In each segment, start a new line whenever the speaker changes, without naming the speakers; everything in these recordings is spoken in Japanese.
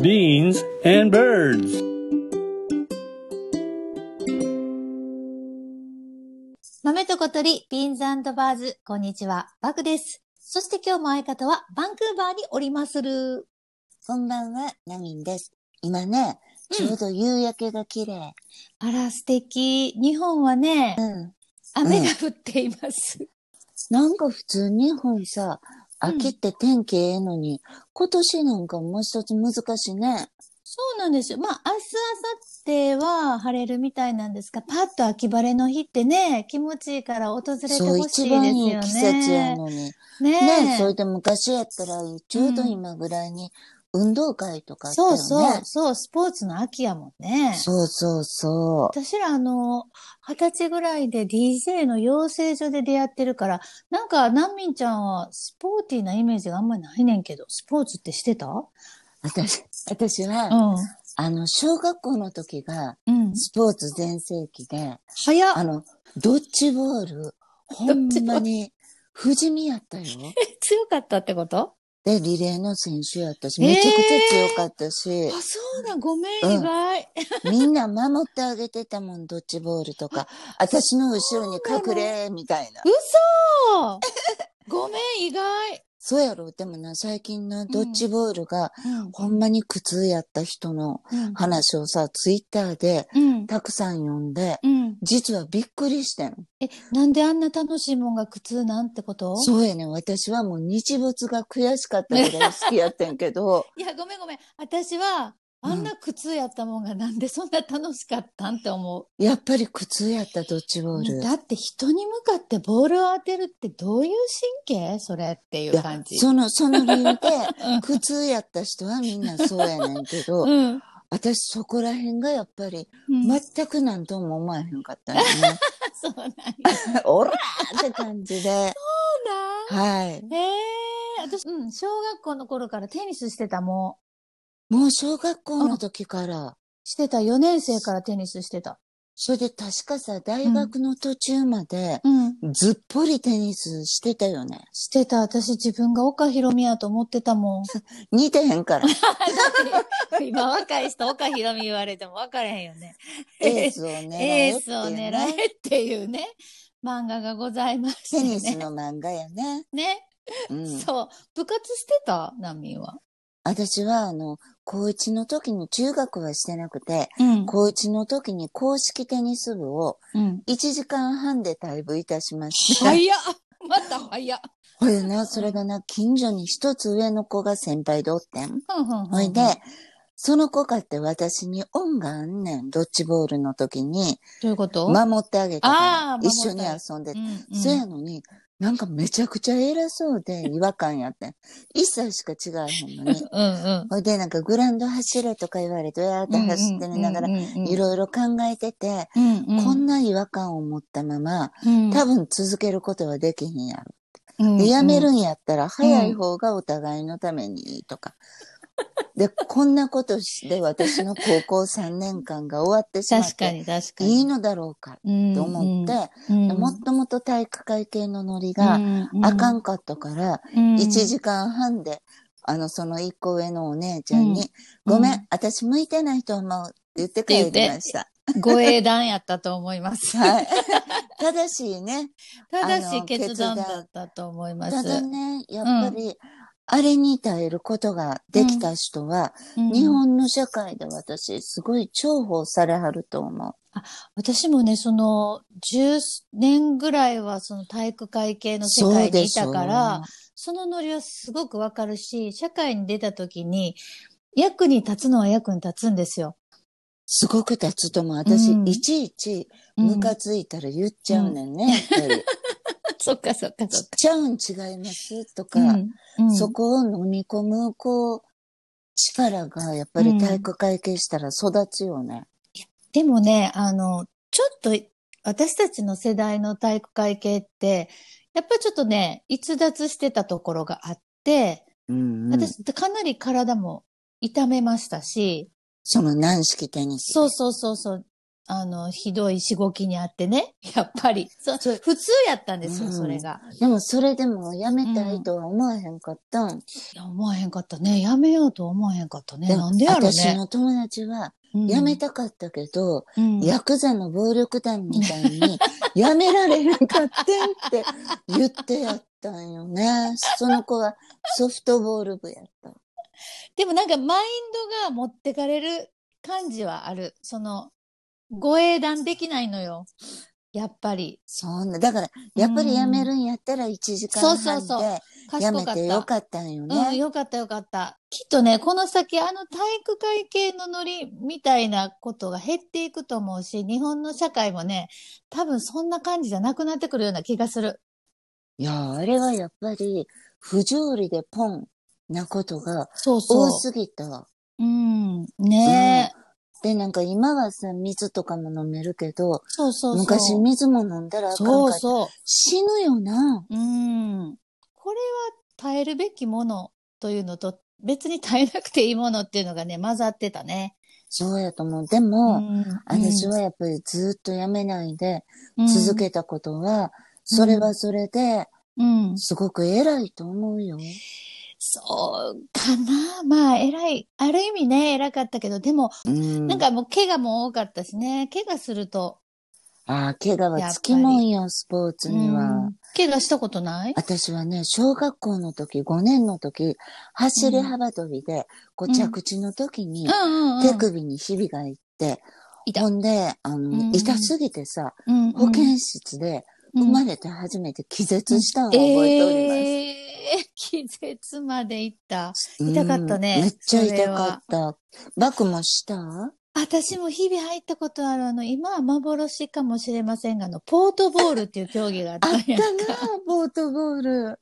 beans and birds.
豆と小鳥、ビーンズバーズ、こんにちは、バクです。そして今日も相方は、バンクーバーにおりまする。
こんばんは、ナミンです。今ね、ちょうど夕焼けが綺麗。
あら、素敵。日本はね
う、ん。
雨が降っています。
なんか普通日本さ、
うん
秋って天気ええのに、今年なんかもう一つ難しいね。
そうなんですよ。まあ、明日、明後日は晴れるみたいなんですが、パッと秋晴れの日ってね、気持ちいいから訪れてほしいですよ
そう、
ね。
一番いい季節やのに。
ねえ
ねそれで昔やったら、ちょうど今ぐらいに運動会とかあったよ
そう
ね。
そう、そう、スポーツの秋やもんね。
そうそうそ
私らあの、二十歳ぐらいで DJ の養成所で出会ってるから、なんか、難民ちゃんはスポーティーなイメージがあんまりないねんけど、スポーツってしてたう
う。私、私は、
ん。
あの、小学校の時が、
うん。
スポーツ全盛期で、
早
あ
っ。
の、ドッジボール、ほんまに、不死身やったよ。
強かったってこと
で、リレーの選手やったし、
えー
めちゃくちゃ強かった
あ
し、、
そうなん、ごめん、
うん
意外。
みんな守ってあげてたもん、ドッジボールとか。私の後ろに隠れ、みたいな。
嘘ごめん、意外。
そうやろでもな、最近な、ドッジボールが、
うん
ほんまに苦痛やった人の話をさ、ツイッターで
うん。
たくさん読んで、
うん。
実はびっくりしてん。
え、なんであんな楽しいもんが苦痛なんてこと
そうやねん。私はもう日没が悔しかったぐらい好きやってんけど、
いや、ごめんごめん。私は、あんな苦痛やったもんが、なんでそんな楽しかったんって思う。
やっぱり苦痛やった、ドッジボール。
だって人に向かってボールを当てるってどういう神経それってい
いうや
感じ。
その、その理由で、
うん
苦痛やった人はみんなそうやねんけど、
うん。
私そこら辺がやっぱり
うん
全く何とも思わへんかったんよね。
そうなんや。
おらーって感じで。はい。
ええ私、うん、小学校の頃からテニスしてたも
もう小学校の時から、
ん。してた、4年生からテニスしてた。
それで確かさ、大学の途中まで、
うん。
ずっぽりテニスしてたよね。
してた、私自分が岡ひろみやと思ってたもん。
似てへんから。
今若い人岡ひろみ言われても分からへんよね。
エースを狙
エ
えっ
ー
て
スを
いう
狙
ね。
えっていうね、漫画がございまして
テ
ね。
ニスの漫画やね。
ね。
うん。
そう。部活してたナミンは。
私は、あの、高一の時に中学はしてなくて、
うん
高一の時に公式テニス部を
うん。
1時間半で退部いたしまして。
早っまた早っ。
ほいでな、それがな、近所に一つ上の子が先輩でおってん。
ふんふんふん
ほいで、その子かって私に恩があんねん。ドッジボールの時に、
どういうこと、
守ってあげた
あー
から、一緒に
守っ
遊んで
う
て。
んうん
そやのに、なんかめちゃくちゃ偉そうで違和感やってん。一切しか違わへんのに。
うん
ほいで、なんかグラウンド走れとか言われて、やーって
うん。
走ってみながら
う、んうんうん
いろいろ考えてて、
うんうん、
こんな違和感を持ったまま、
うん、
多分続けることはできへんやろ。
分
で、やめるんやったら早い方がお互いのためにいい とか。で、こんなことして私の高校3年間が終わってしまっ
確か
て、
に確かに。
いいのだろうか
うん
と思って、、
うん
もっともっと体育会系のノリがあか、んかったから、
うん
1時間半で、あの、その1個上のお姉ちゃんに、
うん
ごめ
うん
ん、私向いてないと思うって言って帰りました。
ご英断やったと思います。
はい。正しいね。
正し
あ
い
の
決断
決断
だったと思いま
た
す。
だね、やっぱり、あれに耐えることができた人は、
うん
日本の社会で私、すごい重宝されはると思う。
私もね、その、10年ぐらいはその体育会系の世界にいたから、そのノリはすごくわかるし、社会に出た時に、役に立つのは役に立つんですよ。
すごく立つとも私、
うん
いちいち、
うん
ムカついたら言っちゃうねんね、やっぱり。
そっかそっか
ちっちゃうん違いますとか、
うんうん
そこを飲み込む、こう、力がやっぱり体育会系したら育つよね。
でもね、あの、ちょっと、私たちの世代の体育会系って、やっぱりちょっとね、逸脱してたところがあって、
うんうん
私ってかなり体も痛めましたし、
その軟式テニス。
そうそうそうそう。あの、ひどいしごきにあってね、やっぱり。そ
そう
普通やったんですよ、
うん
それが。
でもそれでもやめたいとは思わへんかったん。
いや、思わへんかったね。やめようとは思わへんかったね。
で
な
も
んでやろ
私
ね。
の友達は、
うん
やめ、たかったけど、
うん
ヤクザの暴力団みたい に、やめられなかったんって言ってやったんよね。その子はソフトボール部やった。
でもなんかマインドが持ってかれる感じはある。その、ご英断できないのよ。やっぱり。
そんな、だから、やっぱりやめるんやったら1時間
そうそうそう
半で、や
賢
め
かった。
てよかったんよ
うん、
ね。
よかったよかった。きっとね、この先、あの体育会系のノリみたいなことが減っていくと思うし、日本の社会もね、多分そんな感じじゃなくなってくるような気がする。
いや、あれはやっぱり、不条理でポンなことが
そうそう
多。すぎた。
うん、ねえ、
で、なんか今はさ、水とかも飲めるけど、
そうそうそう。
昔水も飲んだらあかん
そ
か
う
った。
そ
死ぬよな。
う。うん。これは耐えるべきものというのと、別に耐えなくていいものっていうのがね、混ざってたね。
そうやと思う。でも、
ん
私はやっぱりずっとやめないで
うん
続けたことは、それはそれで、
うん。
すごく偉いと思うよ。
そうかな。まあ、偉い。ある意味ね、偉かったけど、でも、
うん
なん、かもう怪我も多かったしね。怪我すると。
ああ、怪我はつきもんよ、スポーツに
う
は
ん。怪我したことない
私はね、小学校の時、5年の時、走り幅跳びで、こ
うん
う着地の時に、
うんうんうん。
手首にひびがいって、
痛
ほんで、あの、
うん
痛すぎてさ、
うんうん、
保健室で生まれて初めて気絶したのを覚えております。
ええー、気絶までいった。痛かったね
うんめっちゃ痛かった。バクもした
私も日々入ったことある、あの、今は幻かもしれませんが、あの、ポートボールっていう競技があっ
あ
た
っ
ん
た
や
な、ボートボール。
なん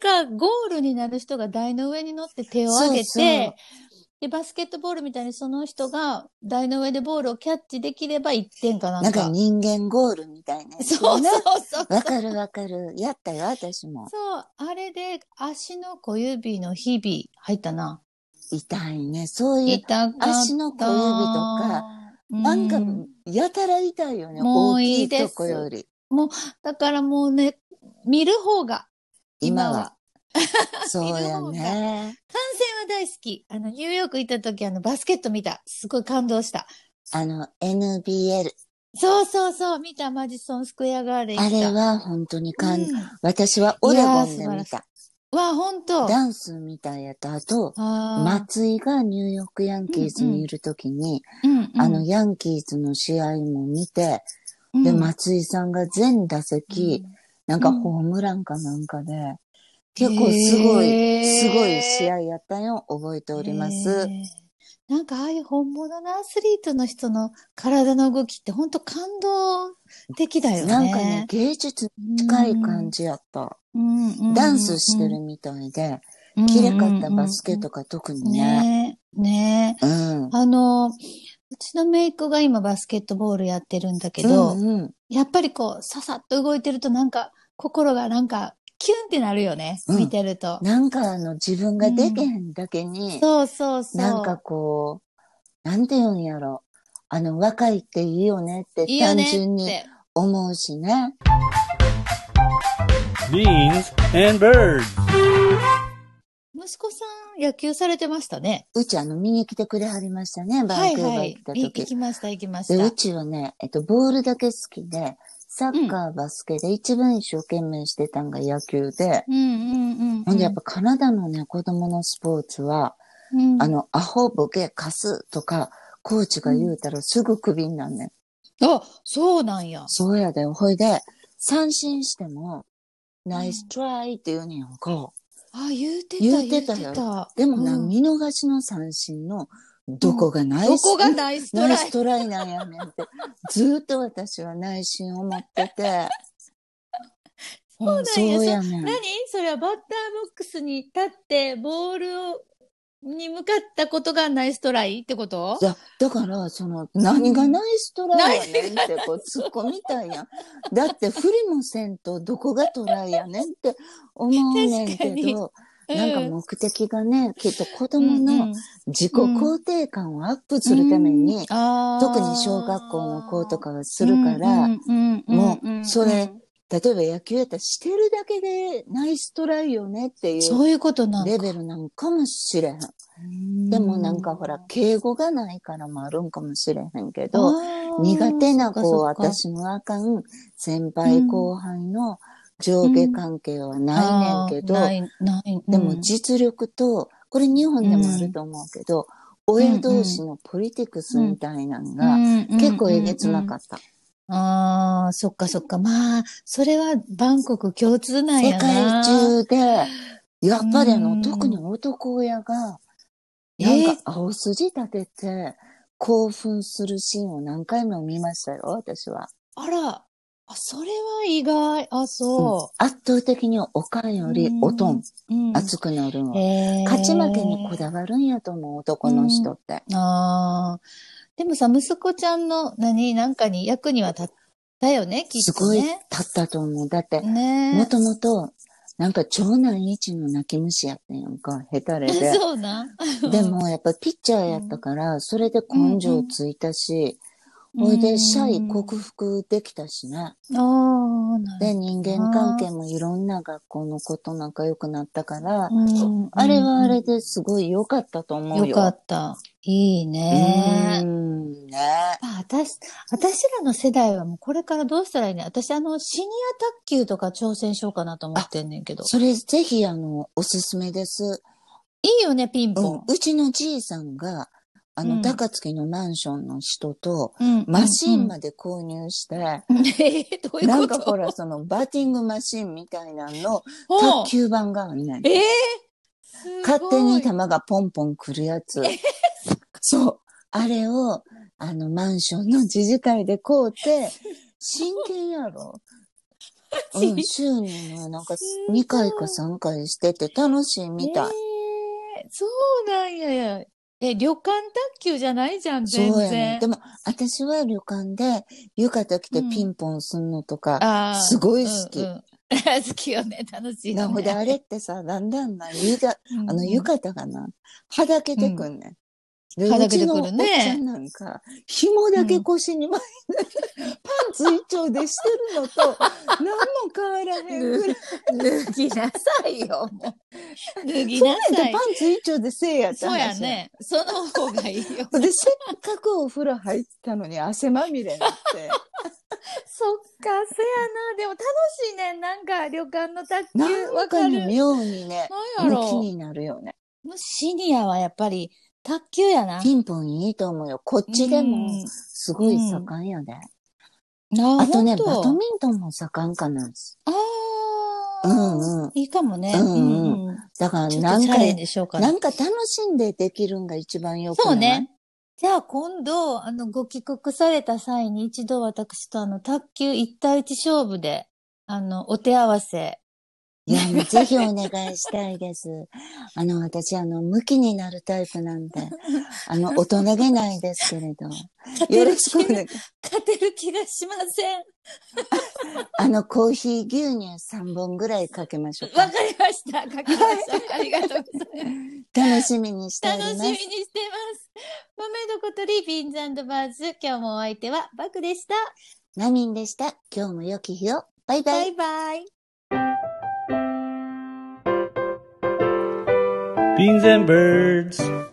か、ゴールになる人が台の上に乗って手を上げて、
そうそう
で、バスケットボールみたいにその人が台の上でボールをキャッチできれば1点かなん
な
か。
んか人間ゴールみたいなやつね。
そうそうそう。
わかるわかる。やったよ、私も。
そう、あれで足の小指の日々入ったな。
痛いね。そういう、
痛かった。
足の小指とか、
う
なんか、やたら痛いよね。
も
大
うい
き
い
い
です
とこより。
だからもうね、見る方が、
今は。そ う
見る
や
方が
ね。
観戦は大好き。あの、ニューヨーク行った時、あの、バスケット見た。すごい感動した。
あの、NBL。
そうそうそう、見た、マジソンスクエアガーデン行
あ
った。
れは本当に
う
感、
ん
私はオレゴン
い
で
やー素
見
晴
た。
わ、ほんと。
ダンスみたいやった後、
あ
松井がニューヨークヤンキーズにいるときに、
ー、うんうん
あの、ヤンキーズの試合も見て、
うん
で、松井さんが全打席、なんかホームランかなんかで、結構すご
へ
い、
ー
すごい試合やったよ、覚えておりま
へ
す。
ーなんかああいう本物のアスリートの人の体の動きってほんと感動的だよね。
なんかね、芸術に近い感じやった。
うん、うんうんうん
ダンスしてるみたいで、綺麗かったバスケとか特にね。
ね。ね
うん。
あの、うちの姪っ子が今バスケットボールやってるんだけど、
うんうん
やっぱりこう、ささっと動いてるとなんか、心がなんか、キュンってなるよね。
うん
見てると。
なんかあの、自分がでけへんだけに、
そうそうそう。
なんかこう、なんて言うんやろ。あの、若いっていいよねって
いいよ
単
ねっ
純に
て。
思うしね。
Beans and birds.
息子さん、野球されてましたね。
うちあの、見に来てくれはりましたね、バ
は
ン
い
クーバ
は
ー
い
来た。
い行
時。
きました、行きまし
で、
た
う。ちはね、えっと、ボールだけ好きで、サッカー、バスケで一番一生懸命してたんが野球で、
うんうんうんうん。
ほんでやっぱカナダのね、子供のスポーツは、
うん
あの、アホ、ボケ、カスとか、コーチが言うたらすぐクビになんねん。
あ、そうなんや。
そうやで、ほいで、三振しても、ナイストライって言うねんか。
あ、言うてた、
言うてた
言
よ
うてた
でもな、
うん
見逃しの三振の、どこがナイス、
どこがナイスト
ナイ
ライ
ストライなんやねんって、ずーっと私は内心思ってて。
そうなんや
んそうやねん。
何それはバッターボックスに立って、ボールを、に向かったことがナイストライってこと
いや、だから、その、何がナイストライやねんって、こう、突っ込みたいやん。だって、振りもせんと、どこがトライやねんって思うねんけ
確かに
ど、なんか目的がね、きっと子供
うんうん
の自己肯定感をアップするために、
あー
特に小学校の子とかはするから、
うんうんうん
もうん
ん
それ例えば野球やったらしてるだけでナイストライよねってい
そうういうことなん
レベルなんかもしれへん。でもなんかほら、敬語がないからもあるんかもしれへんけど、苦手な子は私もあかん先輩後輩の上下関係はないねんけど、
ないない
でも実力とこれ日本でもあると思うけど、親同士のポリティクスみたいなのが結構えげつなか
っ
っ
た。
た。
ああ、そっかそっか。まあ、それはバンコク共通なん
世
やな。
界中でやっぱりあの、
うん
特に男親が
え
なんか青筋立てて興奮するシーンを何回も見ましたよ私は。
あら、あ、それは意外。あ、そ
圧倒的におかんよりおとん
う。うん
熱くなるの。
へー
勝ち負けにこだわるんやと思う、男の人って。
ああ。でもさ、息子ちゃんの何、なんかに役には立ったよね、き
す
っ
ご
と
い
ね。
立ったと思う。だって、
ね
もともと、なんか長男一の泣き虫やったんやんか、下手れで。
そうなん。
でもやっぱピッチャーやったから、それで根性ついたし、ほいで、シャイ克服できたしね。
ああ、なる
で、人間関係もいろんな学校の子と仲良くなったから、
ほどうん
あれはあれですごい良かったと思うよ。
よかった。いいう
ー
ね。
ん、ね。
まあ私、私らの世代はもうこれからどうしたらいいね。私あの、シニア卓球とか挑戦しようかなと思ってんねんけど。
それぜひ、あの、おすすめです。
いいよね、ピンポン。
うちのじいさんが、あの、
うん
高槻のマンションの人と、
うん
マシンまで購入して、
ええ どういうこと
なんかほら、その、バッティングマシンみたいなの、
ほう
卓球盤があんねん。
ええ
勝手に球がポンポン来るやつ。そう。あれを、あの、マンションの自治会で買うて、真剣や ろ。
マジ
うん、週にね、なんか
すごい
2回か3回してて楽しいみたい。
えーそうなんや。え、旅館卓球じゃないじゃん、全
そうや
然。
ね。でも、私は旅館で浴衣着て
うん
ピンポンすんのとか、
あー
すごい好き
うんうん 好きよね、楽しい
な
よ
ほ
ね。
であれってさ、だんだんな、ゆだ
うん
あの浴衣がな、はだけてくんねん。で
はだ
う
け
ち
て
の
く
おっ
るね
ちゃんなんか、紐だけ腰に巻いて、パンツ一丁でしてるのと、何も変わらへんぐらい。
脱ぎなさい よ、もう。脱ぎな
で
さい
パ。ンツ一丁でせいやった
そうや
話。
ね。その方がいいよ。
で、せっかくお風呂入ったのに汗まみれになって。
そっか、せやな。でも楽しいねん。なんか旅館の卓球。
な
わ
んか
かる。
ね、妙にね、
なんや
向き
ろ
になるよね。
う。もうシニアはやっぱり卓球やな。
ピンポンいいと思うよ。こっちでも、すごい盛んやね。
うん。
あとね、バ
ほん
ドミントンも盛んかな。
ああ。
うんうん
いいかもね。
うんうん
うんうん
だから、
ちょ
な
っと
ん
チ
か
ャ、レンジしようかな。
なんか楽しんでできるんが一番よくない
そうね。。じゃあ今度、あの、ご帰国された際に一度私とあの、卓球一対一勝負で、あの、お手合わせ。
いや、もうぜひお願いしたいです。 あの、私、あの、向きになるタイプな んで、あの、大人げないですけれど、
勝て
よ
る
ろしくお
気が
願い。
勝てる気がしません。
あの、コーヒー牛乳3本ぐらいかけましょう
わ
か
か。りました。書きました。ありがとうご ざいます。
楽しみにしており
楽し
ま
みに
す。
してます。豆のことリビンズバーズ。今日もお相手はバクでした。
ナミンでした。今日も良き日を。バイバ
バ
イ。
イバイ。
Beans and birds.